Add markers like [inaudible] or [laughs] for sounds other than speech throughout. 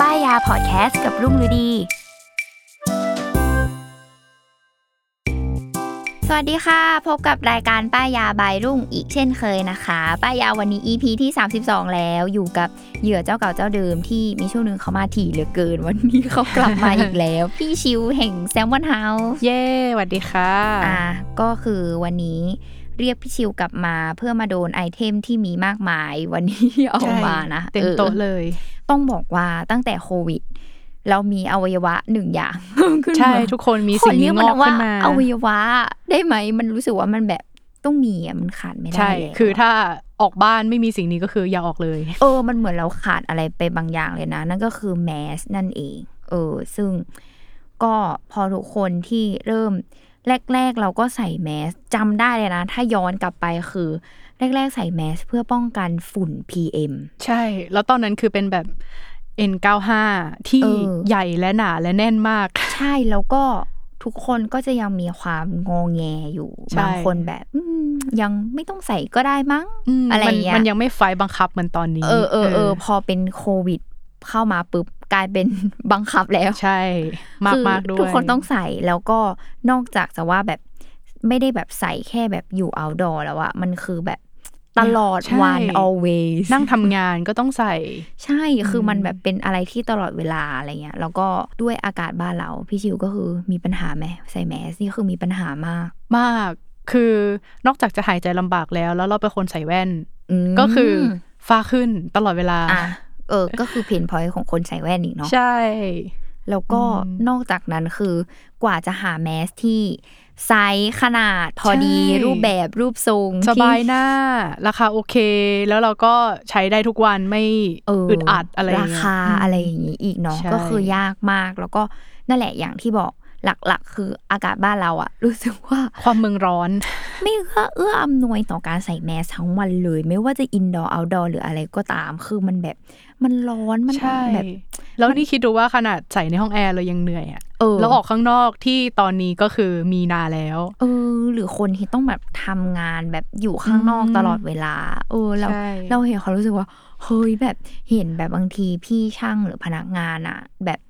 ป้ายยาพอดแคสต์กับรุ่งฤดี สวัสดีค่ะ พบกับรายการป้ายยาบายรุ่งอีกเช่นเคยนะคะ ป้ายยาวันนี้ EP ที่ 32 แล้วอยู่กับเหยื่อเจ้าเก่าเจ้าเดิมที่มีช่วงหนึ่งเขามาถี่เหลือเกิน วันนี้เขากลับมาอีกแล้ว [laughs] พี่ชิวแห่งแซมมอนเฮาส์ เย้สวัสดีค่ะ อ่ะก็คือวันนี้เรียกพี่ชิวกลับมาเพื่อมาโดนไอเทมที่มีมากมายวันนี้ เอา ใช่ มานะ เต็มโต๊ะ ออ เลย ต้องบอกว่าตั้งแต่โควิด เรามีอวัยวะหนึ่งอย่าง [laughs] ขึ้นมา ใช่ ทุกคนมีสิ่ง เรี นี้ ย งอก ว่า ขึ้นมา อวัยวะได้ไหม มันรู้สึกว่ามันแบบต้องมีอ่ะมันขาดไม่ได้ ใช่ แล้ว คือถ้าออกบ้านไม่มีสิ่งนี้ก็คืออย่าออกเลย เออมันเหมือนเราขาดอะไรไปบางอย่างเลยนะ นั่นก็คือแมสนั่นเองเออซึ่งก็พอทุกคนที่เริ่ม แรก ๆ เราก็ใส่แมสจำได้เลยนะ ถ้าย้อนกลับไปคือ แรก ๆ ใส่แมสเพื่อป้องกันฝุ่น PM ใช่ แล้วตอนนั้นคือเป็นแบบ N95 ที่ เออ ใหญ่และหนาและแน่นมาก ใช่แล้วก็ทุกคนก็จะยังมีความงอแงอยู่ ใช่ บางคนแบบอืมยังไม่ต้องใส่ก็ได้มั้ง ม อะไร มัน เงี้ย มันยังไม่ไฟบังคับเหมือนตอนนี้ เออเออเออพอเป็นโควิดเข้ามาปุ๊บกลายเป็น [laughs] บังคับแล้ว ใช่ มาก คือ มากด้วย ทุกคนต้องใส่แล้วก็นอกจากจะว่าแบบไม่ได้แบบใส่แค่แบบอยู่ outdoor แล้วอะมันคือแบบตลอด ใช่ วัน always นั่งทำงานก็ต้องใส่ ใช่คืออ ม มันแบบเป็นอะไรที่ตลอดเวลาอะไรเงี้ย แล้วก็ด้วยอากาศบ้านเรา พี่ชิวก็คือมีปัญหาไหมใส่แมสนี่คือมีปัญหามาก มาก คือนอกจากจะหายใจลำบากแล้ว แล้วเราเป็นคนใส่แว่น อืม ก็คือฟ้าขึ้นตลอดเวลา อ่ะเออ ก็คือเพนพอยของคนใส่แว่นอีกเนาะ ใช่ แล้วก็ อืม นอกจากนั้นคือกว่าจะหาแมสที่ไซส์ขนาดพอดี ใช่ รูปแบบรูปทรง สบาย ที่ หน้า ราคาโอเค แล้วเราก็ใช้ได้ทุกวันไม่ เออ อึดอัดอะไร รา เงี้ย คาม อะไรอย่างนี้อีกเนาะ ใช่ ก็คือยากมากแล้วก็นั่นแหละอย่างที่บอกหลักๆ คืออากาศบ้านเราอะรู้สึกว่า ความเมืองร้อน ไม่เอื้อเอื้ออำนวยต่อการใส่แมสทั้งวันเลย ไม่ว่าจะอินดอร์เอาดอร์หรืออะไรก็ตาม คือมันแบบมันร้อนมัน ใช่ แบบ แล้วนี่คิดดูว่าขนาดใส่ในห้องแอร์เรายังเหนื่อยอะ เออ แล้วออกข้างนอกที่ตอนนี้ก็คือมีนาแล้ว เออหรือคนที่ต้องแบบทำงานแบบอยู่ข้างนอก อืม ตลอดเวลา เออเรา ใช่ เราเห็นเขามรู้สึกว่าเฮ้ยแบบเห็นแบบบางทีพี่ช่างหรือพนักงานอะแบบ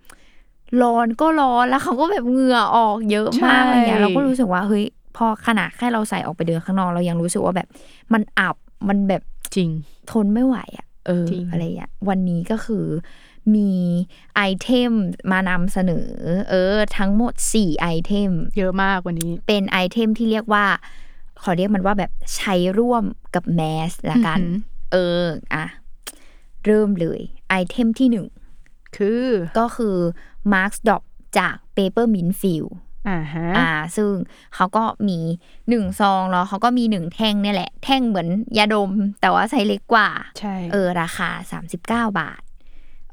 ร้อนก็ร้อนแล้วเขาก็แบบเหงื่อออกเยอะมากอะไรเงี้ยเราก็รู้สึกว่าเฮ้ยพอขนาดแค่เราใส่ออกไปเดินข้างนอกเรายังรู้สึกว่าแบบ มันอับมันแบบ จริง ทนไม่ไหวอะ่ะ เออ จริง อะไรอย่างเงี้ยวันนี้ก็คือมีไอเทมมานำเสนอ เออ ทั้งหมด 4 ไอเทม เยอะมากวันนี้ เป็นไอเทมที่เรียกว่า ขอเรียกมันว่าแบบใช้ร่วมกับแมสละกัน อือหือ เออ อ่ะ เริ่มเลย ไอเทมที่หนึ่ง คือ ก็คือ Marks d o p จาก Paper Mint Fill อ่าฮะ อ่า ซึ่งเขาก็มีหนึ่งซองเนาะเขาก็มีหนึ่งแท่งเนี่ยแหละ แท่งเหมือนยาดม แต่ว่าไซส์เล็กกว่า ใช่ เออราคา 39 บาท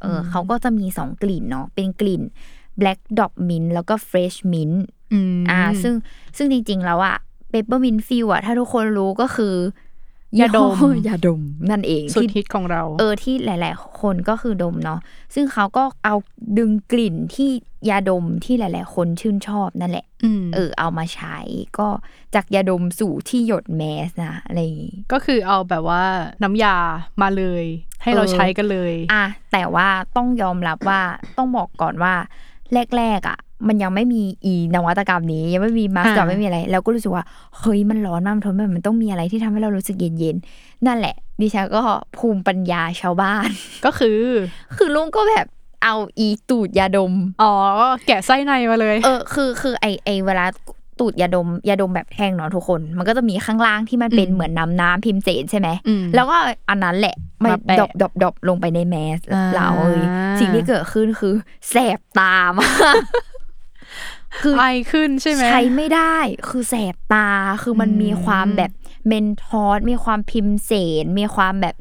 เอออเขาก็จะมี 2 กลิ่นเนาะเป็นกลิ่น Black Dog Mint แล้วก็ Fresh Mint ม อ่าซึ่งซึ่งจริง ๆ แล้วอะ Pepper Mint f i l อะถ้าทุกคนรู้ก็คือย าดม ห้ [laughs] อยาดม นั่นเอง สุด ที่ ฮิตของเรา เออที่หลาย ๆ คนก็คือดมเนาะซึ่งเขาก็เอาดึงกลิ่นที่ยาดมที่หลาย ๆ คนชื่นชอบนั่นแหละ ม เออเอามาใช้ก็จากยาดมสู่ที่หยดแมสนะอะไรอย่างงี้ ก็คือเอาแบบว่าน้ำยามาเลย ให้เรา เออ ใช้กันเลย อ่ะแต่ว่าต้องยอมรับว่าต้องบอกก่อนว่า แรก ๆ อ่ะ มันยังไม่มีอีนวัตกรรมนี้ ยังไม่มีมาสก์ อ่า ไม่มีอะไรเราก็รู้สึกว่าเฮ้ยมันร้อนมากมันทนไม่ไหวมันต้องมีอะไรที่ทำให้เรารู้สึกเย็นๆนั่นแหละ ดิฉันก็ภูมิปัญญาชาวบ้าน [laughs] ก็คือ คือลุงก็แบบเอาอีตูดยาดม อ๋อแกะไส้ในมาเลย เออคือคือไอไอเวลาตูดยาดมยาดมแบบแห้งเนาะทุกคน มันก็จะมีข้างล่างที่มันเป็น อืม เหมือนน้ำน้ำพิมพ์เจนใช่ไหม อืม แล้วก็อันนั้นแหละมัน มาแปะ ดรอปดรอปดรอปลงไปในแมส อ่า เราเอ้ยสิ่งที่เกิดขึ้นคือแสบตามากคือ ไอขึ้นใช่ไหม ใช้ไม่ได้คือแสบตาคือมัน อืม มีความแบบเมนทอสมีความพิมพ์เสนมีความแบบ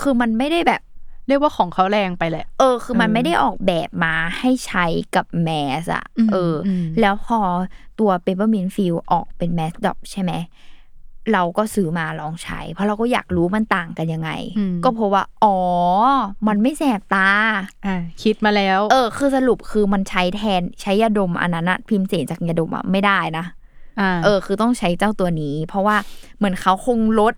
คือมันไม่ได้แบบ เรียกว่าของเขาแรงไปแหละ เออคือมัน เออ ไม่ได้ออกแบบมาให้ใช้กับแมสอะ อืม เอออ ม แล้วพอตัวเปเปอร์มินฟิลออกเป็นแมสดอบใช่ไหมเราก็ซื้อมาลองใช้ เพราะเราก็อยากรู้มันต่างกันยังไง อืม ก็เพราะว่า อ๋อ มันไม่แสบตา อ่าคิดมาแล้ว เออ คือสรุปคือมันใช้แทนใช้ยาดมอันนั้นอะพิมพ์เสนจากยาดมอะไม่ได้นะ อ่า เออคือต้องใช้เจ้าตัวนี้ เพราะว่าเหมือนเขาคงลด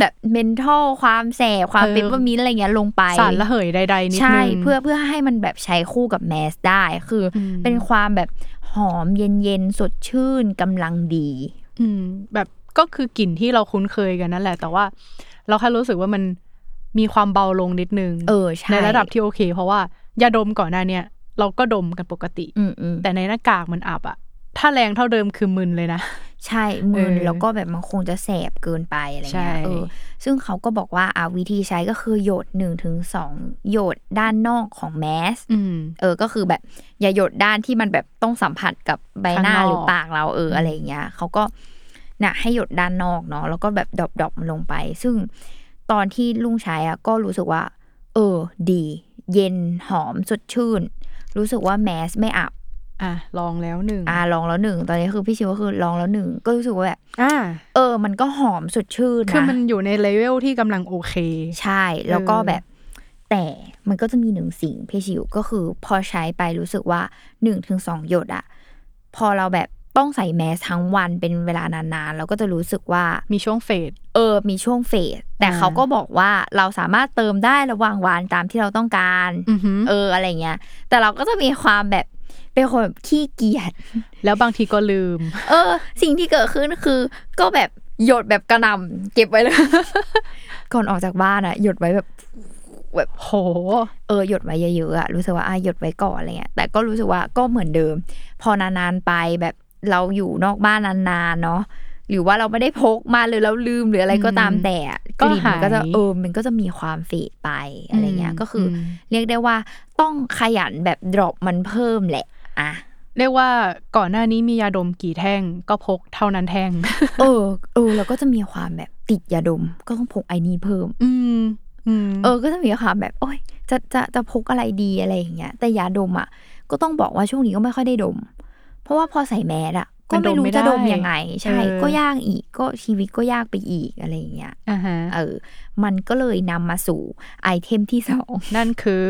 แบบเมนทัลความแสบความ เออ เปเปอร์มินอะไรเงี้ยลงไป สารระเหยใด ๆ นิดนึง ใช่เพื่อเพื่อให้มันแบบใช้คู่กับแมสได้ คืออ ม เป็นความแบบหอมเย็นเย็นๆสดชื่นกำลังดี อืมแบบก็คือกลิ่นที่เราคุ้นเคยกันนั่นแหละ แต่ว่า เราแค่รู้สึกว่ามันมีความเบาลงนิดนึง เออใช่ ในระดับที่โอเค เพราะว่ายาดมก่อนหน้าเนี่ยเราก็ดมกันปกติ อืมอืม แต่ในหน้ากากมันอับอะถ้าแรงเท่าเดิมคือมึนเลยนะ ใช่มืน เออ แล้วก็แบบมันคงจะแสบเกินไปอะไรเงี้ย ใช่ เออซึ่งเขาก็บอกว่าอ่ะวิธีใช้ก็คือหยดหนึ่งถึงสองหยดด้านนอกของแมส อืม เออก็คือแบบอย่าหยดด้านที่มันแบบต้องสัมผัสกับใบหน้า ข้างนอก หรือปากเราเอออะไรเงี้ยเขาก็น่ะให้หยดด้านนอกเนาะแล้วก็แบบดรอปดอปๆมันลงไป ซึ่ง ตอนที่ลุงใช้อะก็รู้สึกว่า เออ ดี เย็นหอมสดชื่น รู้สึกว่าแมสไม่อับ อ่ะลองแล้วหนึ่ง อ่าลองแล้วหนึ่ง ตอนนี้คือพี่ชิวก็คือลองแล้วหนึ่ง ก็รู้สึกว่าแบบ อ่า เออ มันก็หอมสดชื่นนะ คือมันอยู่ในเลเวลที่กำลังโอเค ใช่ แล้วก็ เออ แบบ แต่มันก็จะมีหนึ่งสิ่งเพชิวก็คือพอใช้ไปรู้สึกว่าหนึ่งถึงสองหยดอะพอเราแบบต้องใส่แมสทั้งวันเป็นเวลานานๆเราก็จะรู้สึกว่า มีช่วงเฟด เออ มีช่วงเฟส แต่ อ่า เขาก็บอกว่าเราสามารถเติมได้ระหว่างวันตามที่เราต้องการ อือหือ เออ อะไรเงี้ย แต่เราก็จะมีความแบบ เป็นคนแบบขี้เกียจ แล้วบางทีก็ลืม [laughs] เออ สิ่งที่เกิดขึ้นคือ ก็แบบหยดแบบกระหนำเก็บไว้เลย [laughs] ก่อนออกจากบ้านอะหยดไว้แบบ โห เออหยดไว้เยอะๆอะรู้สึกว่าอ่ะหยดไว้ก่อนอะไรเงี้ยแต่ก็รู้สึกว่าก็เหมือนเดิม พอนานๆไปแบบเราอยู่นอกบ้านนานๆเนาะหรือว่าเราไม่ได้พกมาหรือเราลืมหรืออะไรก็ตาม อืม แต่อะ ก็ กลิ่นมันก็จะ หาย เออมันก็จะมีความเฟดไปอะไรเงี้ย อืม ก็คืออ ม เรียกได้ว่าต้องขยันแบบดรอปมันเพิ่มแหละอ่ะ [laughs] เรียกว่าก่อนหน้านี้มียาดมกี่แท่งก็พกเท่านั้นแท่ง เออเออเราก็จะมีความแบบติดยาดม ก็ต้องพกไอนี้เพิ่ม อืมอืม เออ ก็จะมีความแบบ โอ้ยจะ จะ จะพกอะไรดีอะไรอย่างเงี้ย แต่ยาดมอ่ะ ก็ต้องบอกว่าช่วงนี้ก็ไม่ค่อยได้ดม เพราะว่าพอใส่แมสอ่ะ ก็ไม่รู้จะดมยังไง ใช่ ก็ยากอีก ก็ชีวิตก็ยากไปอีกอะไรอย่างเงี้ย อ่าฮะ เออ มันก็เลยนำมาสู่ไอเทมที่สอง นั่นคือ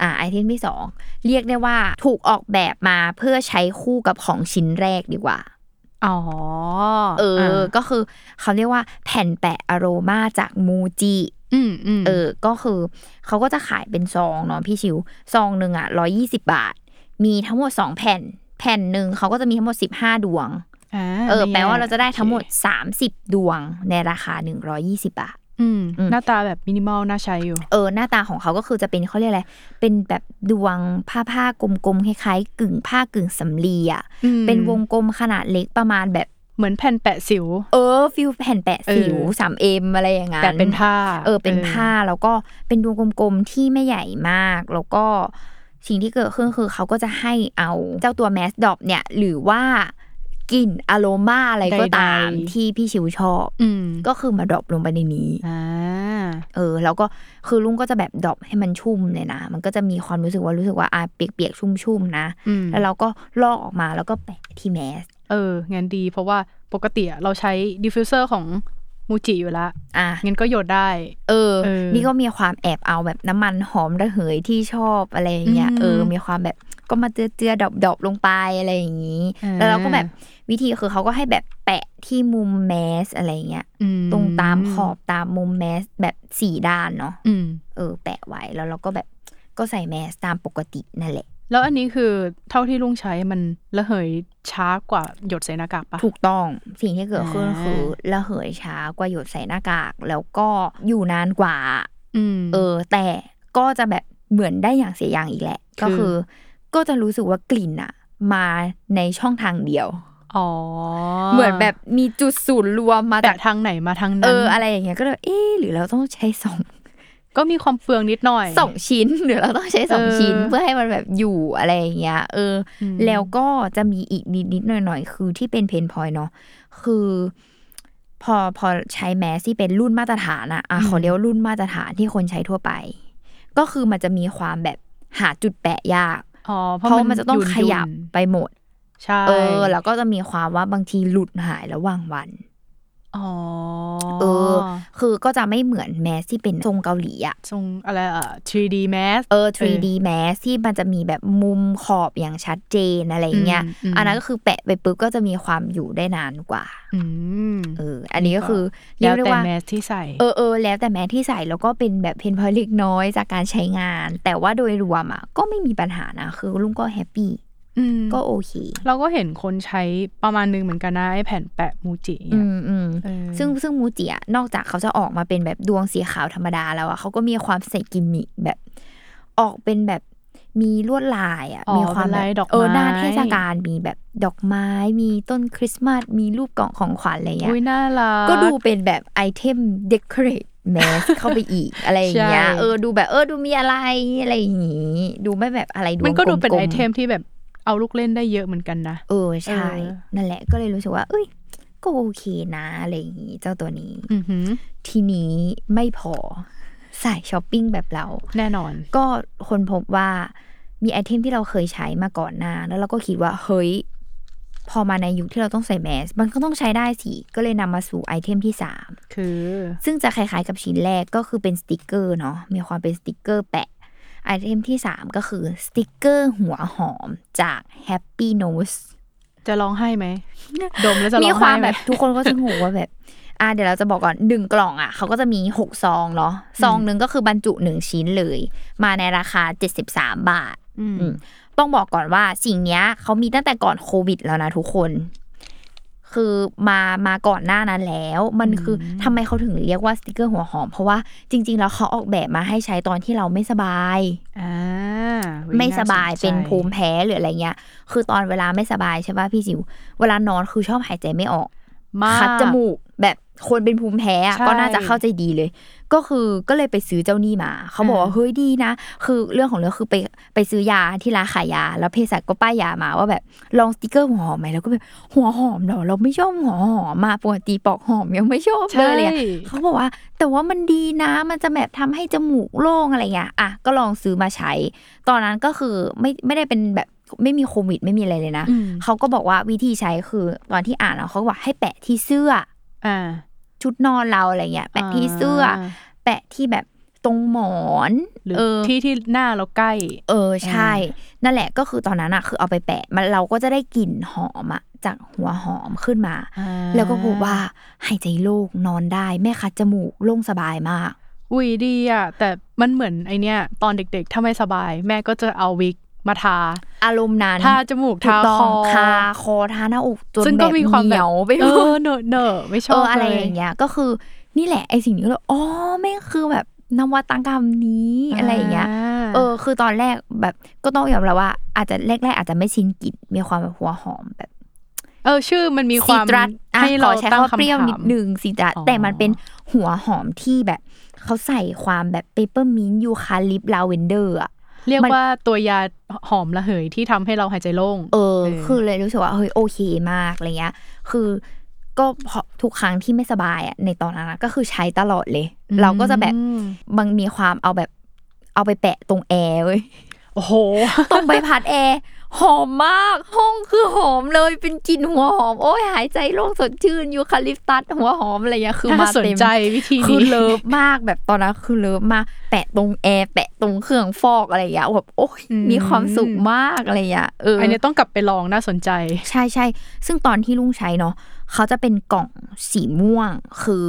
อ่า ไอเทมที่สอง เรียกได้ว่าถูกออกแบบมาเพื่อใช้คู่กับของชิ้นแรกดีกว่า อ๋อ เออ ะ ก็คือเขาเรียกว่าแผ่นแปะอโรมาจากมูจิ อืมอืม เออ ก็คือเขาก็จะขายเป็นซองเนาะพี่ชิว ซองหนึ่งอ่ะร้อยี่สิบาท มีทั้งหมดสองแผ่น แผ่นหนึ่งเขาก็จะมีทั้งหมดสิบห้าดวง า เออ นี่ แปลว่าเราจะได้ทั้งหมด โอเค สามสิบดวงในราคาหนึ่งร้อยี่สิบาท อืม อืม หน้าตาแบบมินิมอลน่าใช้อยู่ เออ หน้าตาของเขาก็คือจะเป็นเขาเรียกอะไร เป็นแบบดวงผ้าผ้ากลมๆคล้ายๆ กึ่งผ้ากึ่งสำลีอ่ะ อืม เป็นวงกลมขนาดเล็กประมาณแบบ เหมือนแผ่นแปะสิว เออฟิลแผ่นแปะสิว เออ สามเอ็มอะไรอย่างนั้น แต่เป็นผ้า เออเป็นผ้าแล้วก็เป็นดวงกลมๆที่ไม่ใหญ่มาก แล้วก็สิ่งที่เกิดขึ้นคือเขาก็จะให้เอาเจ้าตัวแมสดอปเนี่ย หรือว่ากลิ่นอโรมาอะไรก็ตามที่พี่ชิวชอบ อืม ก็คือมาดรอปลงไปในนี้ อ่า เออ แล้วก็คือลุงก็จะแบบดรอปให้มันชุ่มเลยนะ มันก็จะมีความรู้สึกว่ารู้สึกว่าอ่ะเปียกๆชุ่มๆนะ อืม แล้วเราก็ลอกออกมาแล้วก็แปะที่แมส เอองั้นดี เพราะว่าปกติอะเราใช้ดิฟฟิวเซอร์ของมูจิอยู่ละ อ่ะ งั้นก็โยดได้ เออ เออ นี่ก็มีความแอบเอาแบบน้ำมันหอมระเหยที่ชอบอะไรอย่างเงี้ย อืม เออ มีความแบบก็มาเจือเจือดอบดอบลงไปอะไรอย่างนี้ อ่า แล้วเราก็แบบวิธีคือเขาก็ให้แบบแปะที่มุมแมสอะไรเงี้ย อืม ตรงตามขอบตามมุมแมสแบบสี่ด้านเนาะ อืม เออ แปะไว้แล้วเราก็แบบก็ใส่แมสตามปกตินั่นแหละ แล้วอันนี้คือเท่าที่ลุงใช้มันระเหยช้ากว่าหยดใส่หน้ากากปะ ถูกต้องสิ่งที่เกิดขึ้น อ่า คือระเหยช้ากว่าหยดใส่หน้ากาก แล้วก็อยู่นานกว่า อืม เออ แต่ก็จะแบบเหมือนได้อย่างเสียอย่างอีกแหละ คือ ก็คือ ก็จะรู้สึกว่ากลิ่นอะมาในช่องทางเดียว อ๋อ เหมือนแบบมีจุดศูนย์รวมมา แต่ จาก ทางไหนมาทาง เอ นั้น ออะไรอย่างเงี้ยก็เลยเอ๊ะหรือเราต้องใช้สอง ก็มีความเฟืองนิดหน่อย สองชิ้น หรือเราต้องใช้สอง เออ ชิ้น เพื่อให้มันแบบอยู่อะไรอย่างเงี้ยเออ อืม แล้วก็จะมีอีกนิดนิดหน่อยหน่อยๆ คือที่เป็นเพนพอยเนาะคือพอพอใช้แมสที่เป็นรุ่นมาตรฐานอะอ่ะขอเรียกว่ารุ่นมาตรฐานที่คนใช้ทั่วไป ก็คือมันจะมีความแบบหาจุดแปะยาก อ๋อ เพราะมันจะต้องขยับ ยุ่น ไปหมด ๆใช่ เออ แล้วก็จะมีความว่าบางทีหลุดหายระหว่างวัน อ๋อ เออ คือก็จะไม่เหมือนแมสที่เป็นทรงเกาหลีอะ ทรงอะไรอ่ะ 3D mask เออ 3D แมสที่มันจะมีแบบมุมขอบอย่างชัดเจนอะไรอย่างเงี้ย อืมอืม อันนั้นก็คือแปะไปปุ๊บก็จะมีความอยู่ได้นานกว่า อืม เออ อันนี้ก็คือ แล้ เรียว กได้ แต่ ว่า แมสที่ใส่ เออเออแล้วแต่แมสที่ใส่แล้วก็เป็นแบบเพนพอยเล็กน้อยจากการใช้งาน แต่ว่าโดยรวมอ่ะก็ไม่มีปัญหานะ คือลุงก็แฮปปี้ ม ก็โอเค เราก็เห็นคนใช้ประมาณนึงเหมือนกันนะไอ้แผ่นแปะมูจิ อื เนี่ย มอืม เออ ซึ่งซึ่งมูจิอะนอกจากเขาจะออกมาเป็นแบบดวงสีขาวธรรมดาแล้วอ่ะเขาก็มีความใส่กิมมิคแบบ ออกเป็นแบบมีลวดลายอ่ะ อ๋อ มีความ เป็นลายแบบดอกไม้ เออหน้าเทศกาลมีแบบดอกไม้ มีต้นคริสต์มาสมีรูปกล่องของขวัญอะไรเงี้ย อุ้ยน่ารัก ก็ดูเป็นแบบไอเทมเดคอเรทแมส เข้าไปอี [laughs] กอะไรอย่างเงี้ย ใช่ เออดูแบบเออดูมีอะไรอะไรอย่างงี้ดูไม่แบบอะไรดู มันก็ดูเป็น ลมๆ ไอเทมที่แบบเอาลูกเล่นได้เยอะเหมือนกันนะ เออเใช่ออ นั่นแหละก็เลยรู้สึกว่า เอ้ย ก็โอเคนะอะไรอย่างงี้เจ้าตัวนี้ อือหือ ทีนี้ไม่พอสายช้อปปิ้งแบบเรา แน่นอน ก็คนพบว่ามีไอเทมที่เราเคยใช้มาก่อนหน้า แล้วเราก็คิดว่า เฮ้ย พอมาในยุคที่เราต้องใส่แมส มันก็ต้องใช้ได้สิก็เลยนำมาสู่ไอเทมที่สาม คือ ซึ่งจะคล้ายๆกับชิ้นแรกก็คือเป็นสติกเกอร์เนาะมีความเป็นสติกเกอร์แปะไอเทมที่ 3 ก็คือสติกเกอร์หัวหอมจาก Happy Nose จะร้องให้ไหม ดมแล้วจะร้องไห้ไหม มีความแบบทุกคนก็จะงงว่าแบบ อ่ะเดี๋ยวเราจะบอกก่อนหนึ่งกล่องอ่ะเขาก็จะมี 6 ซองเนาะซองหนึ่งก็คือบรรจุ 1 ชิ้นเลย มาในราคา 73 บาท อืม อืมต้องบอกก่อนว่าสิ่งเนี้ยเขามีตั้งแต่ก่อนโควิดแล้วนะทุกคน คือมามาก่อนหน้านั้นแล้ว มันคือทำไมเขาถึงเรียกว่าสติกเกอร์หัวหอม เพราะว่าจริง ๆ แล้วเขาออกแบบมาให้ใช้ตอนที่เราไม่สบาย อ่าอุ๊ ไม่สบาย ใจ เป็นภูมิแพ้หรืออะไรเงี้ย คือตอนเวลาไม่สบายใช่ป่ะพี่สิว เวลานอนคือชอบหายใจไม่ออก มาก คัดจมูกแบบคนเป็นภูมิแพ้อะ ใช่ ก็น่าจะเข้าใจดีเลย ก็คือก็เลยไปซื้อเจ้านี่มา เขาบอกว่า อ่า เฮ้ยดีนะ คือเรื่องของเรื่องคือไปไปซื้อยาที่ร้านขายยา แล้วเภสัชก็ป้ายยามาว่าแบบลองสติกเกอร์หัวหอมไหมแล้วก็แบบหัวหอมเหรอเราไม่ชอบหัวหอมมาปกติปอกหอมยังไม่ชอบเล ใช่ ยอะเขาบอกว่า แต่ว่ามันดีนะ มันจะแบบทำให้จมูกโล่งอะไรเงี้ยอ่ะก็ลองซื้อมาใช้ ตอนนั้นก็คือไม่ไม่ได้เป็นแบบไม่มีโควิดไม่มีอะไรเลยนะ อืม เขาก็บอกว่าวิธีใช้คือตอนที่อ่านเนาะเขาก็บอกให้แปะที่เสื้อ อ่า ชุดนอนเราอะไรเงี้ยแปะที่เสื้ออแปะที่แบบตรงหมอน หรือ เออ ที่ที่หน้าเราใกล้ เออใช่ นั่นแหละก็คือตอนนั้นอะคือเอาไปแปะมันเราก็จะได้กลิ่นหอมอะจากหัวหอมขึ้นมา อ่า แล้วก็พบว่าหายใจโล่งนอนได้ไม่คัดจมูกโล่งสบายมาก อุ้ยดีอ่ะ แต่มันเหมือนไอเนี้ยตอนเด็กๆ ถ้าไม่สบาย แม่ก็จะเอาวิกมาทา อารมณ์นั้น ทาจมูก ถู ทา ต้ง คอ ทาคอทาหน้าอกจน ซึ่ง แบ ก็ บ มีความ เห แบ นี บ ยวไปห เอ มด อเหนอะเหนอะไม่ช เอ อบ ออะไร ล อย่างเงี้ยก็คือนี่แหละไอสิ่งนี้ก็เลยอ๋อแม่งคือแบบนวัตกรรมนี้อะไรอย่างเงี้ยเออ คือตอนแรกแบบก็ต้องยอมรับว่า อาจจะแรกๆอาจจะไม่ชินกลิ่นมีความแบบหัวหอมแบบ เออชื่อมันมีความ ซีตรัสอ่ะ ให้ ข เรา อใช้ ตั้ง คำว่า คำ เปรี้ยว ถาม นิดนึงซีตรัส อ๋อ แต่มันเป็นหัวหอมที่แบบเขาใส่ความแบบเปเปอร์มินต์ยูคาลิปลาเวนเดอร์อ่ะ เรียก มัน ว่าตัวยาหอมระเหยที่ทำให้เราหายใจโล่ง เออ เออ คือเลยรู้สึกว่าเฮ้ยโอเคมากอะไรเงี้ย คือก็พอทุกครั้งที่ไม่สบายอ่ะในตอนนั้นอะก็คือใช้ตลอดเลย เราก็จะแบบบางมีความเอาแบบเอาไปแปะตรงแอร์เว้ย โอ้โห ตรงใบพัดแอร์ หอมมากห้องคือหอมเลยเป็นกลิ่นหัวหอม โอ้ยหายใจโล่งสดชื่นยูคาลิปตัสหัวหอมอะไรเงี้ยคือมา น่าสน เต็ม ใจวิธีนี้ คือเลิฟมากแบบตอนนั้นคือเลิฟมากแปะตรงแอร์แปะตรงเครื่องฟอกอะไรอย่างเงี้ยแบบโอ้ยมีความสุขมากอะไรอย่างเงี้ยเอออ อันนี้ต้องกลับไปลองน่าสนใจ ใช่ใช่ซึ่งตอนที่ลุงใช้เนาะเขาจะเป็นกล่องสีม่วง คือ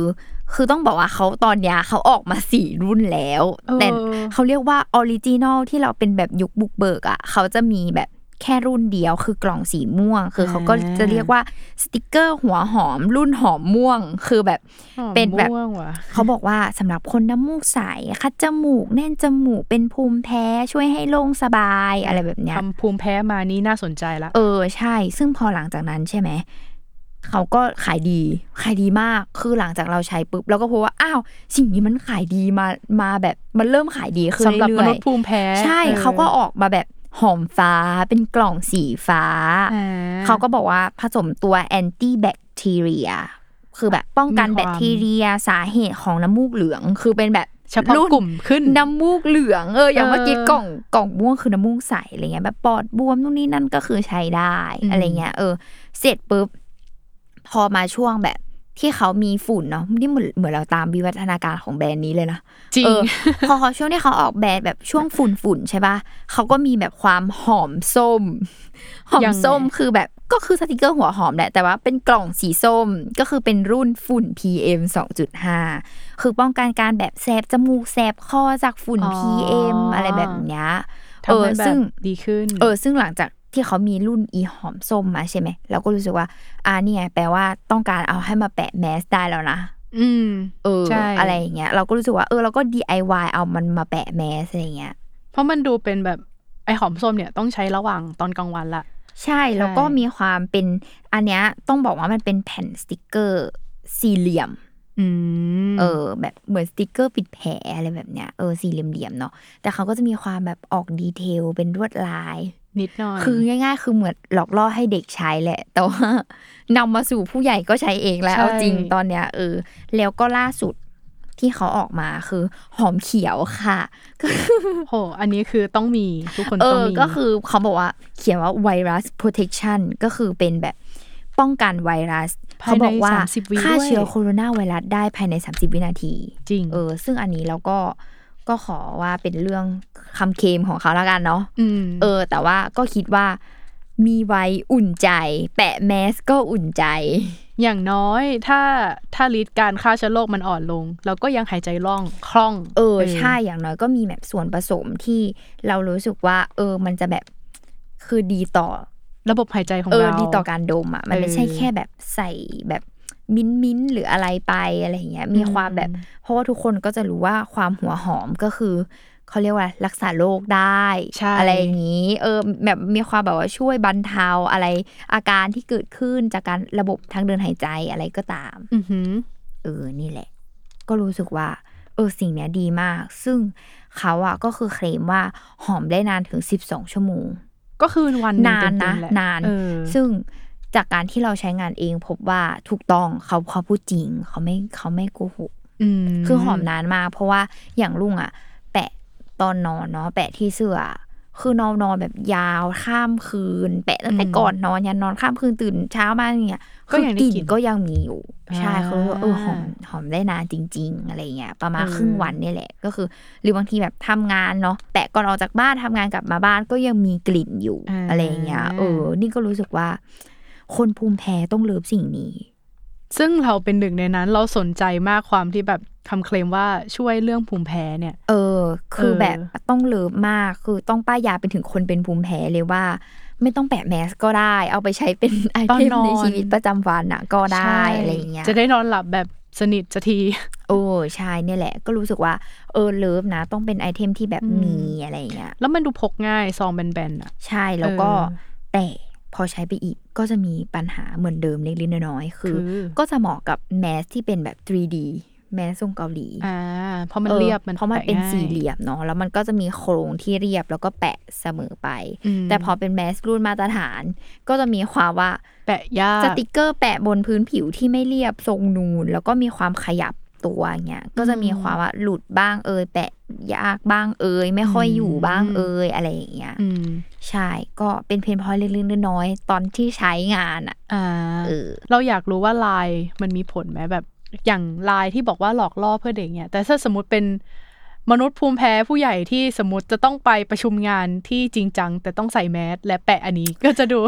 คือต้องบอกว่าเขาตอนเนี้ยเขาออกมาสี่รุ่นแล้ว เออ แต่เขาเรียกว่าออริจินอลที่เราเป็นแบบยุคบุกเบิกอ่ะเขาจะมีแบบแค่รุ่นเดียวคือกล่องสีม่วง คือเขาก็จะเรียกว่าสติกเกอร์หัวหอม รุ่นหอมม่วง คือแบบเป็นแบบ ม่วงว่ะ เขาบอกว่าสำหรับคนน้ำมูกใสคัดจมูก แน่นจมูกเป็นภูมิแพ้ช่วยให้โล่งสบายอะไรแบบเนี้ย ทำภูมิแพ้มานี่น่าสนใจละ เออใช่ ซึ่งพอหลังจากนั้นใช่ไหม เขาก็ขายดี ขายดีมาก คือหลังจากเราใช้ปุ๊บเราก็พบว่า อ้าว สิ่งนี้มันขายดีมา มาแบบ มันเริ่มขายดีขึ้น สำหรับ เอยๆ มนุษย์ภูมิแพ้ ใช่ เออ เขาก็ออกมาแบบหอมฟ้า เป็นกล่องสีฟ้า อ่ เขาก็บอกว่าผสมตัวแอนตี้แบคทีเรีย คือแบบป้องกันแบคทีเรียสาเหตุของน้ำมูกเหลือง คือเป็นแบบ เฉพาะ รุ่น กลุ่มขึ้น น้ำมูกเหลืองเอออย่างเมื่อกี้ เออก ล่องกล่องม่วงคือน้ำมูกใสอะไรเงี้ยแบบปอดบวมนู่นนี่นั่นก็คือใช้ได้ อืม อะไรเงี้ยเออ เสร็จปุ๊บพอมาช่วงแบบที่เขามีฝุ่นเนาะนี่เหมือนเหมือนเราตามวิวัฒนาการของแบรนด์นี้เลยนะ จริง เออ พอเขาช่วงที่เขาออกแบรนด์แบบช่วงฝุ่นฝุ่นๆใช่ปะเขาก็มีแบบความหอมส้ [laughs] ม หอม ยังไง ส้มคือแบบก็คือสติกเกอร์หัวหอมแหละแต่ว่าเป็นกล่องสีส้มก็คือเป็นรุ่นฝุ่น PM 2.5 คือป้องกันการแบบแสบจมูกแสบคอจากฝุ่น อ๋อ PM อะไรแบบเนี้ย ทำให้ เออ แบ ซึ่ บ ง ดีขึ้น เออ ซึ่งหลังจากที่เขามีรุ่นอีหอมส้มมาใช่ไหมเราก็รู้สึกว่า อ่านี่ไงแปลว่าต้องการเอาให้มาแปะแมสได้แล้วนะ อืม เออ ใช่ อะไรอย่างเงี้ย เราก็รู้สึกว่า เออ เราก็ DIY เอามันมาแปะแมสอะไรอย่างเงี้ย เพราะมันดูเป็นแบบไอหอมส้มเนี่ยต้องใช้ระหว่างตอนกลางวันละ ใช่ แล้วก็ ใช่ มีความเป็น อันเนี้ยต้องบอกว่ามันเป็นแผ่นสติกเกอร์สี่เหลี่ยม อืม เออแบบเหมือนสติกเกอร์ปิดแผลอะไรแบบเนี้ย เออ สี่เหลี่ยมๆเนาะ แต่เขาก็จะมีความแบบออกดีเทลเป็นลวดลาย นิดหน่อย คือง่าย ๆ คือเหมือนหลอกล่อให้เด็กใช้แหละ แต่ว่านำมาสู่ผู้ใหญ่ก็ใช้เองแล้ว ใช่ เอาจริงตอนเนี้ยเออ แล้วก็ล่าสุดที่เขาออกมาคือหอมเขียวค่ะ ก็คือ โห อันนี้คือต้องมีทุกคน เอ ต้อง อ มี ก็คือเขาบอกว่าเขียนว่าไวรัส protection ก็คือเป็นแบบป้องกันไวรัส ภา เขา ยใน บอกว่า สามสิบวิ ฆ่า ด้วย เชื้อโคโรนาไวรัสได้ภายใน 30 วินาที จริง เออ ซึ่งอันนี้เราก็ก็ขอว่าเป็นเรื่องคำเคลมของเขาแล้วกันเนาะ ม เออ แต่ว่าก็คิดว่ามีไว้อุ่นใจ แปะแมสก็อุ่นใจ อย่างน้อยถ้าถ้าฤทธิ์การฆ่าเชื้อโรคมันอ่อนลง เราก็ยังหายใจร่องคล่อง เออ ใช่อย่างน้อยก็มีแบบส่วนผสมที่เรารู้สึกว่า เออ มันจะแบบคือดีต่อ ระบบหายใจของ เออ เรา ดีต่อการดมอ่ะ มันไม่ใช่ เออ แค่แบบใส่แบบมิ้นท์มิ้นท์หรืออะไรไปอะไรอย่างเงี้ย มีความแบบ อืม เพราะว่าทุกคนก็จะรู้ว่าความหัวหอมก็คือเขาเรียกว่ารักษาโรคได้ ใช่ อะไรอย่างนี้ เออแบบมีความแบบว่าช่วยบรรเทาอะไรอาการที่เกิดขึ้นจากการระบบทางเดินหายใจอะไรก็ตาม อือหือ เออ นี่แหละ ก็รู้สึกว่า เออ สิ่งเนี้ยดีมาก ซึ่งเขาอะก็คือเคลมว่าหอมได้นานถึง 12 ชั่วโมง ก็คือวันหง นานนะ เต็มๆแหล นาน เออ ซึ่งจากการที่เราใช้งานเองพบว่าถูกต้องเขาเขาพูดจริง เขาไม่เขาไม่โกหก ม คือหอมนานมากเพราะว่าอย่างลุงอะแปะตอนนอนเนาะแปะที่เสื้อ คือนอนนอนแบบยาวข้ามคืน แปะตั้งแต่ก่อนนอนยันนอนข้ามคืนตื่นเช้ามาเนี่ย ก็ยังได้ คือก ลิ่ ลิ่ น นก็ยังมีอยู่ ใช่ อ่า เขารู้ว่าเออหอมหอมได้นานจริง ๆ อะไรเงี้ยประมาณ เออ ครึ่งวันเนี่ยแหละ ก็คือ หรือบางทีแบบทำงานเนาะแปะก่อนออกจากบ้านทำงานกลับมาบ้านก็ยังมีกลิ่นอยู่อะไรเงี้ยเออ นี่ก็รู้สึกว่า คนภูมิแพ้ต้องเลิฟสิ่งนี้ ซึ่งเราเป็นหนึ่งในนั้นเราสนใจมากความที่แบบคำเคลมว่าช่วยเรื่องภูมิแพ้เนี่ย เออ คือ เออ แบบต้องเลิฟมาก คือต้องป้ายยาไปถึงคนเป็นภูมิแพ้เลยว่า ไม่ต้องแปะแมสก็ได้ เอาไปใช้เป็น [laughs] ไอเทมในชีวิตประจำวันน่ะก็ได้ ใช่ อะไรอย่างเงี้ย จะได้นอนหลับแบบสนิทสักที โอ้ใช่เนี่ยแหละ ก็รู้สึกว่า เออเลิฟนะ ต้องเป็นไอเทมที่แบบ อืม มีอะไรอย่างเงี้ย แล้วมันดูพกง่ายซองแบนๆอ่ะ ใช่แล้วก็ เออ แต่พอใช้ไปอีกก็จะมีปัญหาเหมือนเดิมเล็กๆน้อยๆคือ คือ ก็จะเหมาะกับแมสที่เป็นแบบ 3D แมสทรงเกาหลี อ่าเพราะมันเรียบมัน เพราะมันเป็น แง่าย สี่เหลี่ยมเนาะแล้วมันก็จะมีโครงที่เรียบแล้วก็แปะเสมอไป อืม แต่พอเป็นแมสรุ่นมาตรฐาน ก็จะมีความว่า แปะยาก สติกเกอร์แปะบนพื้นผิวที่ไม่เรียบทรงนูน แล้วก็มีความขยับตัวอย่างเงี้ยก็จะมีความว่าหลุดบ้างเอยแปะยากบ้างเอยไม่ค่อยอยู่บ้างเอยอะไรอย่างเงี้ย อืม ใช่ก็เป็นเพนพอยเล็กๆน้อยๆตอนที่ใช้งานอ่ะ อ่า เออ เราอยากรู้ว่าลายมันมีผลไหมแบบอย่างลายที่บอกว่าหลอกล่อเพื่อเด็กเนี่ย แต่ถ้าสมมติเป็นมนุษย์ภูมิแพ้ผู้ใหญ่ที่สมมติจะต้องไปประชุมงานที่จริงจัง แต่ต้องใส่แมสและแปะอันนี้ก็จะดู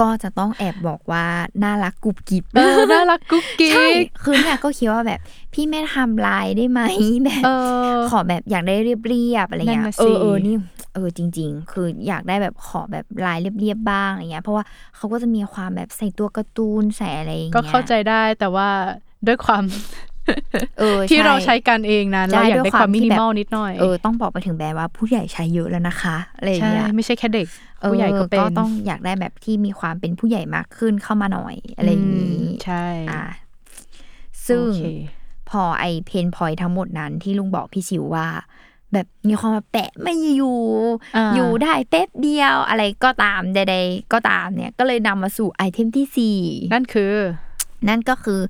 ก็จะต้องแอบบอกว่าน่ารักกรุบกริบ เออน่ารักกุ๊กกิ๊ก ใช่ คือเนี่ยก็คิดว่าแบบพี่ไม่ทำลายได้ไหม [laughs] แบบ เออ ขอแบบอยากได้เรียบๆอะไรเงี้ย นั่นน่ะ เอ สิ อเออนี่เออจริง ๆ คืออยากได้แบบขอแบบลายเรียบๆบ้างอะไรเงี้ย เพราะว่าเขาก็จะมีความแบบใส่ตัวการ์ตูนใส่อะไรอย่าง ก็ เงี้ย เข้าใจได้แต่ว่าด้วยความ เออ ที่เราใช้ ช่ กันเองนะ ใช่ เราอยากได้ความมิ ที่ นิ แบบ มอลนิดหน่อย เออต้องบอกไปถึงแบรนด์ว่าผู้ใหญ่ใช้เยอะแล้วนะคะอะไรอย่าง ใช่ เงี้ย ไม่ใช่แค่เด็ก เออ ผู้ใหญ่ก็เป็น ต้องอยากได้แบบที่มีความเป็นผู้ใหญ่มากขึ้นเข้ามาหน่อยอะไรอย่างนี้ มใช่ อ่าซึ่ง โอเค พอไอเพนพอยทั้งหมดนั้นที่ลุงบอกพี่ชิวว่า แบบมีความมาแปะไม่อยู่ า อยู่ได้แป๊บเดียวอะไรก็ตามใดๆก็ตามเนี่ย ก็เลยนำมาสู่ไอเทมที่สี่ นั่นคือ นั่นก็คือ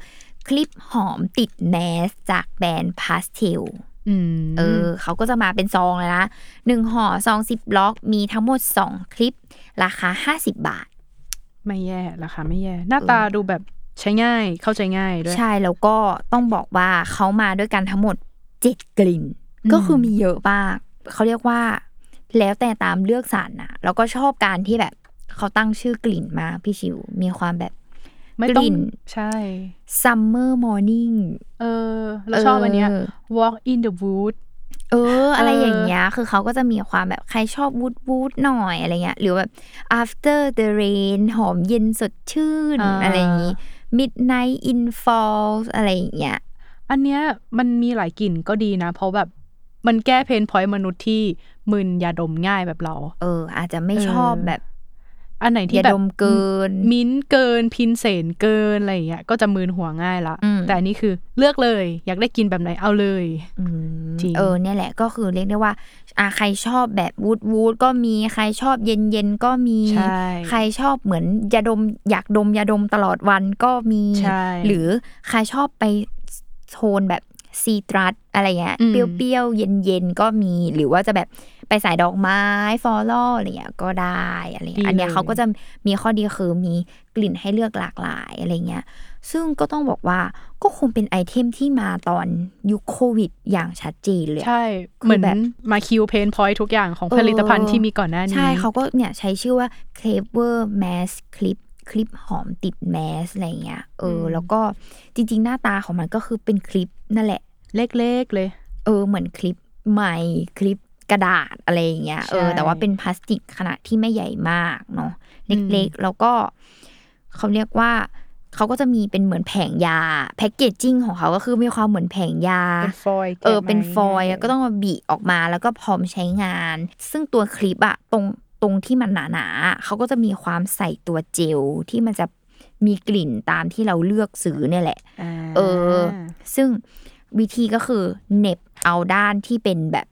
คลิปหอมติดแมสจากแบรนด์พาสเทล อืม เออเขาก็จะมาเป็นซองเลยนะหนึ่งห่อซองสิบล็อกมีทั้งหมดสองคลิป ราคาห้าสิบบาท ไม่แย่ราคาไม่แย่ หน้าตาดูแบบใช้ง่ายเข้าใจง่ายด้วย ใช่แล้วก็ต้องบอกว่าเขามาด้วยกันทั้งหมดเจ็ดกลิ่น อืม ก็คือมีเยอะมากเขาเรียกว่า แล้วแต่ตามเลือกสรรนะแล้วก็ชอบการที่แบบเขาตั้งชื่อกลิ่นมาพี่ชิว มีความแบบ ไม่ ก ต้อง ลิ่น ใช่ summer morning เออเราชอบอันเนี้ย เออ walk in the wood เออ อะไร เออ อ อ ย่างเงี้ย คือเขาก็จะมีความแบบใครชอบวูดวูดหน่อยอะไรเงี้ย หรือแบบ after the rain หอมเย็นสดชื่น อะไรอย่างงี้ midnight in fall อะไรอย่างเงี้ย อันเนี้ยมันมีหลายกลิ่นก็ดีนะ เพราะแบบมันแก้เพนพอยต์มนุษย์ที่มึนยาดมง่ายแบบเรา เออ อาจจะไม่ เออ ชอบแบบ อันไหนที่ ยา แบบ ดมเกิน มิ้นท์เกินพินเสนเกินอะไรอย่างเงี้ยก็จะมึนหัวง่ายละ อืม แต่อันนี้คือเลือกเลย อยากได้กินแบบไหนเอาเลย อืม จริง เออเนี่ยแหละก็คือเรียกได้ว่าอ่ะใครชอบแบบวูดวูดก็มีใครชอบเย็นเย็นก็มี ใช่ ใครชอบเหมือนยาดมอยากดมยาดมตลอดวันก็มี ใช่ หรือใครชอบไปโทนแบบซีตรัสอะไรเงี้ย อืม เปรี้ยวๆเย็นๆก็มี หรือว่าจะแบบไปสายดอกไม้ฟลอรัลอะไรเงี้ยก็ได้อะไร ดี เงี้ยอันเนี้ย ล เขาก็จะมีข้อดีคือมีกลิ่นให้เลือกหลากหลายอะไรเงี้ยซึ่งก็ต้องบอกว่าก็คงเป็นไอเทมที่มาตอนยุคโควิดอย่างชัดเจนเลยอะ ใช่ คือ เหมือน แบบ มาคิวเพนพอยต์ทุกอย่างของ เออ ผลิตภัณฑ์ที่มีก่อนหน้านี้ ใช่เขาก็เนี่ยใช้ชื่อว่า clever mask clip คลิปหอมติดแมสอะไรอย่างเงี้ยเอออ แล้วก็จริง ๆ หน้าตาของมันก็คือเป็นคลิปนั่นแหละ เล็กๆเลย เออ เหมือนคลิปไม้คลิปกระดาษอะไรอย่างเงี้ย ใช่ เออแต่ว่าเป็นพลาสติกขนาดที่ไม่ใหญ่มากเนาะเล็กๆ แล้วก็ เขาเรียกว่า เขาก็จะมีเป็นเหมือนแผงยาแพ็กเกจจิ้งของเขาก็คือมีความเหมือนแผงยา เป็นฟอยล์ เออเป็น แกะ ฟอยล์ มา ก็ต้องมาบีออกมาแล้วก็พร้อมใช้งาน ซึ่งตัวคลิปอะตรงตรงที่มันหนาๆอะเขาก็จะมีความใส่ตัวเจลที่มันจะมีกลิ่นตามที่เราเลือกซื้อเนี่ยแหละ า เออ ซึ่งวิธีก็คือเหน็บเอาด้านที่เป็นแบบ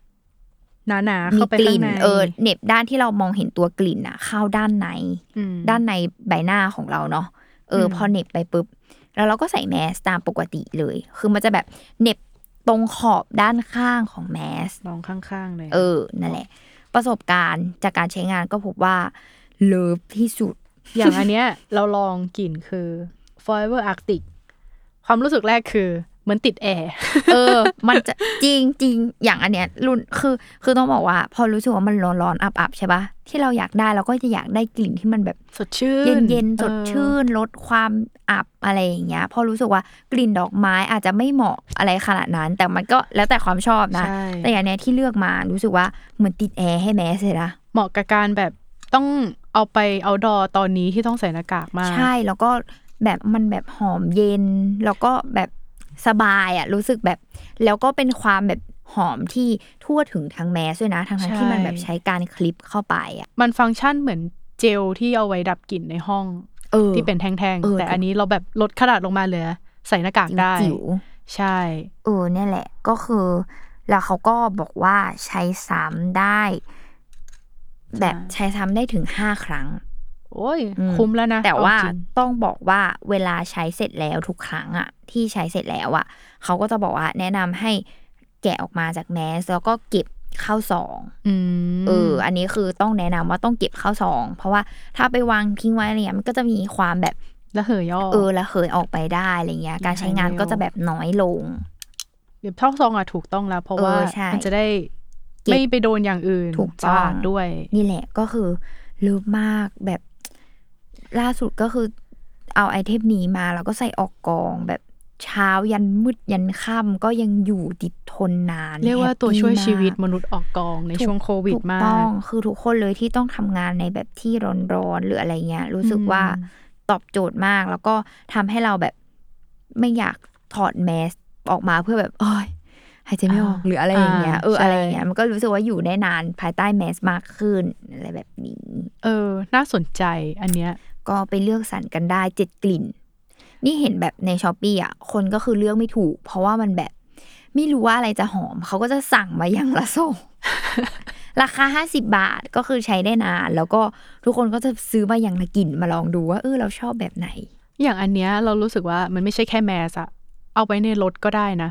หนาๆ มี เข้าไป ก ข้า ลิ่ ง น ใน เออเหน็บด้านที่เรามองเห็นตัวกลิ่นอะเข้าด้านใน ม ด้านในใบหน้าของเราเนาะ เอออ ม พอเหน็บไปปุ๊บ แล้วเราก็ใส่แมสตามปกติเลย คือมันจะแบบเหน็บตรงขอบด้านข้างของแมส ลองข้างๆเลย เออ นั่นแหละ ประสบการณ์จากการใช้งานก็พบว่า เลิฟที่สุด อย่างอันเนี้ย [laughs] เราลองกลิ่นคือ Forever Arctic ความรู้สึกแรกคือเหมือนติดแอร์ เออ มันจะ [laughs] จริงจริงอย่างอันเนี้ยรุ่นคือ คือต้องบอกว่า พอรู้สึกว่ามันร้อนร้อนอับอับใช่ปะที่เราอยากได้เราก็จะอยากได้กลิ่นที่มันแบบ [laughs] สดชื่น เย็นเย็นสด ออ ชื่นลดความอับอะไรอย่างเงี้ยเพอรู้สึกว่ากลิ่นดอกไม้อาจจะไม่เหมาะอะไรขนาดนั้น แต่มันก็แล้วแต่ความชอบนะ ใช่ แต่อย่างเนี้ยที่เลือกมารู้สึกว่าเหมือนติดแอร์ให้แม้เลยนะ เหมาะกับการแบบต้องเอาไปเอาดอตอนนี้ที่ต้องใส่หน้ากากมาก ใช่แล้วก็แบบมันแบบหอมเย็น แล้วก็แบบสบายอ่ะรู้สึกแบบแล้วก็เป็นความแบบหอมที่ทั่วถึงทั้งแมสด้วยนะทั้งๆที่มันแบบใช้การคลิปเข้าไปอ่ะ มันฟังก์ชันเหมือนเจลที่เอาไว้ดับกลิ่นในห้อง เออ ที่เป็นแท่ง เอๆอแต่อันนี้เราแบบลดขนาดลงมาเหลือ ใส่หน้ากากได้ จิ๋ว ใช่ เออเนี่ยแหละก็คือ แล้วเขาก็บอกว่าใช้ซ้ำได้ แบบใช้ซ้ำได้ถึงห้าครั้ง โอ้ย อืม คุ้มแล้วนะ แต่ว่า เอจริง ต้องบอกว่าเวลาใช้เสร็จแล้วทุกครั้งอะที่ใช้เสร็จแล้วอะเขาก็จะบอกว่าแนะนำให้แกะออกมาจากแมสแล้วก็เก็บเข้าซอง อืม เออ อันนี้คือต้องแนะนำว่าต้องเก็บเข้าซอง เพราะว่าถ้าไปวางทิ้งไว้อะไรเงี้ยมันก็จะมีความแบบ แล้วเหยออ เออละเหยออกไปได้อะไรเงี้ย การใช้งานก็จะแบบน้อยลง เก็บเท่าซองอะถูกต้องแล้ว เพราะ เออ ว่า ใช่ มันจะได้ เก็บ ไม่ไปโดนอย่างอื่น ถูกต้อง สะาดด้วย นี่แหละก็คือลืมมากแบบ ล่าสุดก็คือเอาไอเทมนี้มาแล้วก็ใส่ออกกองแบบเช้ายันมืดยันค่ำก็ยังอยู่ติดทนนาน เรียกว่า แฮปปี้ ตัวช่วยชีวิต มาก มนุษย์ออกกองในช่วงโควิดมา ถูกต้อง ก คือทุกคนเลยที่ต้องทำงานในแบบที่ร้อนๆหรืออะไรเงี้ย รู้สึก อืม ว่าตอบโจทย์มาก แล้วก็ทำให้เราแบบไม่อยากถอดแมสออกมาเพื่อแบบโอ้ยหายใจไม่ออกหรืออะไรอย่างเงี้ยเอออะไรอย่างเงี้ยมันก็รู้สึกว่าอยู่ได้นานภายใต้แมสมากขึ้นอะไรแบบนี้ เออ น่าสนใจอันเนี้ย ก็ไปเลือกสรรกันได้เจ็ดกลิ่น นี่เห็นแบบในช้อปปี้อ่ะคนก็คือเลือกไม่ถูก เพราะว่ามันแบบไม่รู้ว่าอะไรจะหอม เขาก็จะสั่งมาอย่าง [laughs] ละโซ่ ราคาห้าสิบบาทก็คือใช้ได้นาน แล้วก็ทุกคนก็จะซื้อมาอย่างละกลิ่นมาลองดูว่าเออเราชอบแบบไหน อย่างอันเนี้ยเรารู้สึกว่ามันไม่ใช่แค่แมสอะเอาไปในรถก็ได้นะ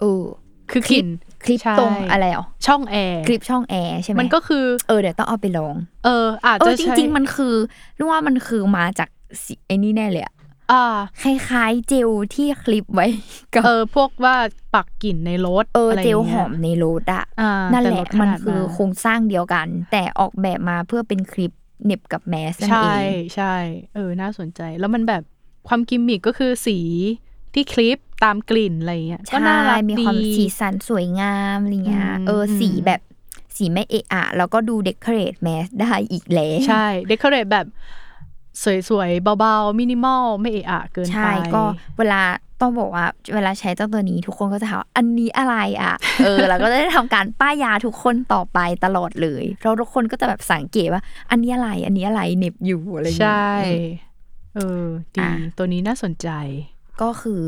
เออ คือกลิ่น คลิป ใช่ ตรงอะไรอ่ะ ช่องแอร์ คลิปช่องแอร์ใช่ไหม มันก็คือ เออเดี๋ยวต้องเอาไปลอง เออ อาจ เอ จะ อจ ใช้ ริง ๆ มันคือรู้ว่ามันคือมาจากสิไอ้นี่แน่เลยอะ อ่า คล้ายๆเจลที่คลิปไว้กับ เออพวกว่าปักกลิ่นในรถ เออ อะไร เจล ย่าง ห งี้ อย มในรถอะ อ่านั่ นั่นแห แต่ ละ ลดขนาด มันคือ มา โครงสร้างเดียวกัน แต่ออกแบบมาเพื่อเป็นคลิปเหน็บกับแมสนั่น ใช่ เอง ใช่ เออ น่าสนใจ แล้วมันแบบความกิมมิกก็คือสีที่คลิปตามกลิ่นอะไรอย่างเงี้ยก็น่ารัก มี ดี ความสีสันสวยงามอะไรเงี้ย อืม เออสีแบบสีไม่เอะอะ แล้วก็ดูเดคอเรทแมสได้อีกแล้ว ใช่เดคอเรทแบบ สวยๆ เบาๆ มินิมอล ไม่เอะอะเกินไป ใช่ก็เวลาต้องบอกว่าเวลาใช้เจ้าตัวนี้ทุกคนก็จะถามว่าอันนี้อะไรอ่ะ เออเราก็จะได้ทำการป้ายยาทุกคนต่อไปตลอดเลยเพราะทุกคนก็จะแบบสังเกตว่า อันนี้อะไรอันนี้อะไรเหน็บอยู่อะไรอย่างเงี้ย ใช่ เออ ดี อ่ะ ตัวนี้น่าสนใจ ก็คือ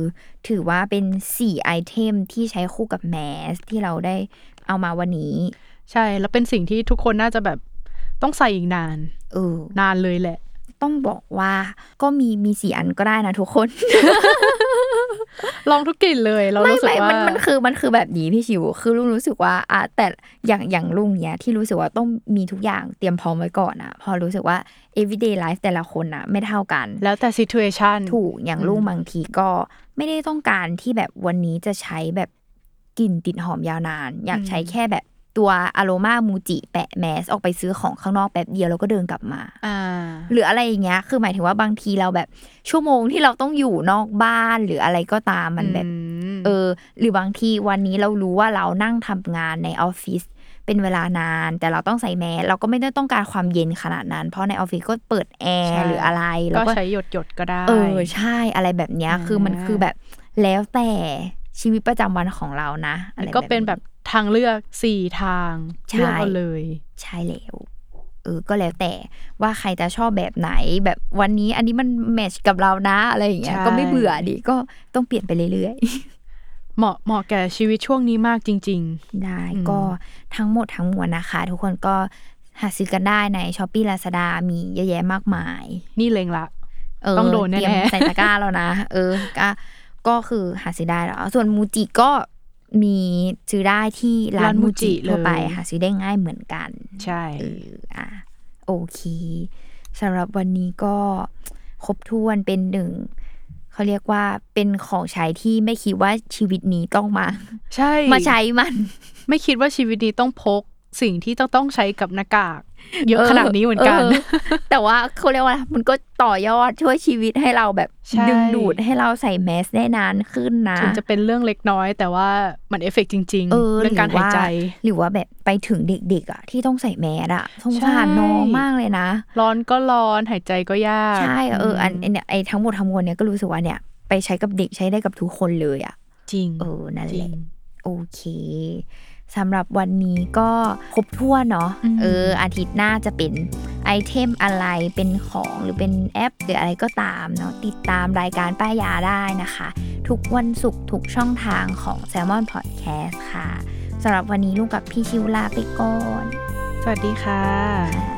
ถือว่าเป็น 4 ไอเทมที่ใช้คู่กับแมส ที่เราได้เอามาวันนี้ ใช่ แล้วเป็นสิ่งที่ทุกคนน่าจะแบบต้องใส่อีกนาน เออ นานเลยแหละ ต้องบอกว่าก็มีมีสีอันก็ได้นะทุกคน [laughs] ลองทุกกลิ่นเลยเรา ไม่ รู้สึก ไม่ ว่า มันมันคือมันคือแบบนี้พี่ชิว คือลุงรู้สึกว่าอ่ะแต่อย่างอย่างลุงเนี้ยที่รู้สึกว่าต้องมีทุกอย่างเตรียมพร้อมไว้ก่อนอะพอรู้สึกว่า everyday life แต่ละคนอะไม่เท่ากัน แล้วแต่ situation ถูกอย่างลูกบางทีก็ไม่ได้ต้องการที่แบบวันนี้จะใช้แบบกลิ่นติดหอมยาวนาน อยากใช้แค่แบบตัวอโรมามูจิแปะแมสออกไปซื้อของข้างนอกแป๊บเดียวแล้วก็เดินกลับมา อ่า หรืออะไรอย่างเงี้ย คือหมายถึงว่าบางทีเราแบบชั่วโมงที่เราต้องอยู่นอกบ้านหรืออะไรก็ตามมันแบบ เออ หรือบางทีวันนี้เรารู้ว่าเรานั่งทำงานในออฟฟิศเป็นเวลานาน แต่เราต้องใส่แมสเราก็ไม่ได้ต้องการความเย็นขนาดนั้น เพราะในออฟฟิศก็เปิดแอ ใช่ ร์หรืออะไรแล้ว ก็ ก็ ใช้หยดหยดๆก็ได้ เออใช่อะไรแบบเนี้ย อ่า คือมันคือแบบแล้วแต่ชีวิตประจำวันของเรานะอะไร ก็เป็นแบบทางเลือกสี่ทาง ใช่ เลือกเอาเลย ใช่แล้วเออก็แล้วแต่ว่าใครจะชอบแบบไหน แบบวันนี้อันนี้มันแมทช์กับเรานะอะไรอย่างเงี้ยก็ไม่เบื่อดิก็ต้องเปลี่ยนไปเรื่อย เหมาะเหมาะแก่ชีวิตช่วงนี้มากจริง ๆ ได้ก็ทั้งหมดทั้งมวลนะคะ ทุกคนก็หาซื้อกันได้ในช้อปปี้ลาซาดามีเยอะแยะมากมาย ๆ นี่เลงละ เออ ต้องโดนแน่ๆ เตรียมใส่ตะกร้าแล้วนะ เออก็ก็คือหาซื้อได้แล้ว ส่วนมูจิก็มีซื้อได้ที่ร้านมูจิทั่วไปหาซื้อได้ง่ายเหมือนกัน ใช่ เอออ่ะโอเคสำหรับวันนี้ก็ครบถ้วนเป็นหนึ่งเขาเรียกว่าเป็นของใช้ที่ไม่คิดว่าชีวิตนี้ต้องมา ใช่ มาใช้มัน [laughs] ไม่คิดว่าชีวิตนี้ต้องพกสิ่งที่ต้องต้องใช้กับหน้ากาก เยอะขนาดนี้เหมือนกัน เแต่ว่าเขาเรียกว่าอะไรมันก็ต่อยอดช่วยชีวิตให้เราแบบ ใช่ ดึงดูดให้เราใส่แมสได้นานขึ้นนะ [laughs] ถึงจะเป็นเรื่องเล็กน้อย แต่ว่ามันเอฟเฟกต์จริง เออ เรื่องการหายใจ หรือว่าแบบไปถึงเด็กๆอ่ะที่ต้องใส่แมสอ่ะสงสาร ใช่ น้องมากเลยนะ ร้อนก็ร้อนหายใจก็ยาก ใช่เอออันเนี่ยไอ้ทั้งหมดทั้งมวลเนี่ยก็รู้สึกว่าเนี่ย ไปใช้กับเด็กใช้ได้กับทุกคนเลยอ่ะ จริง เออนั่น จริ แหละ ง โอเคสำหรับวันนี้ก็ครบถ้วนเนาะ อืม เออ อาทิตย์หน้าจะเป็นไอเทมอะไรเป็นของหรือเป็นแอป หรืออะไรก็ตามเนาะติดตามรายการป้ายาได้นะคะ ทุกวันศุกร์ทุกช่องทางของ Salmon Podcast ค่ะสำหรับวันนี้ลุงกับพี่ชิวลาไปก่อน สวัสดีค่ะ ค่ะ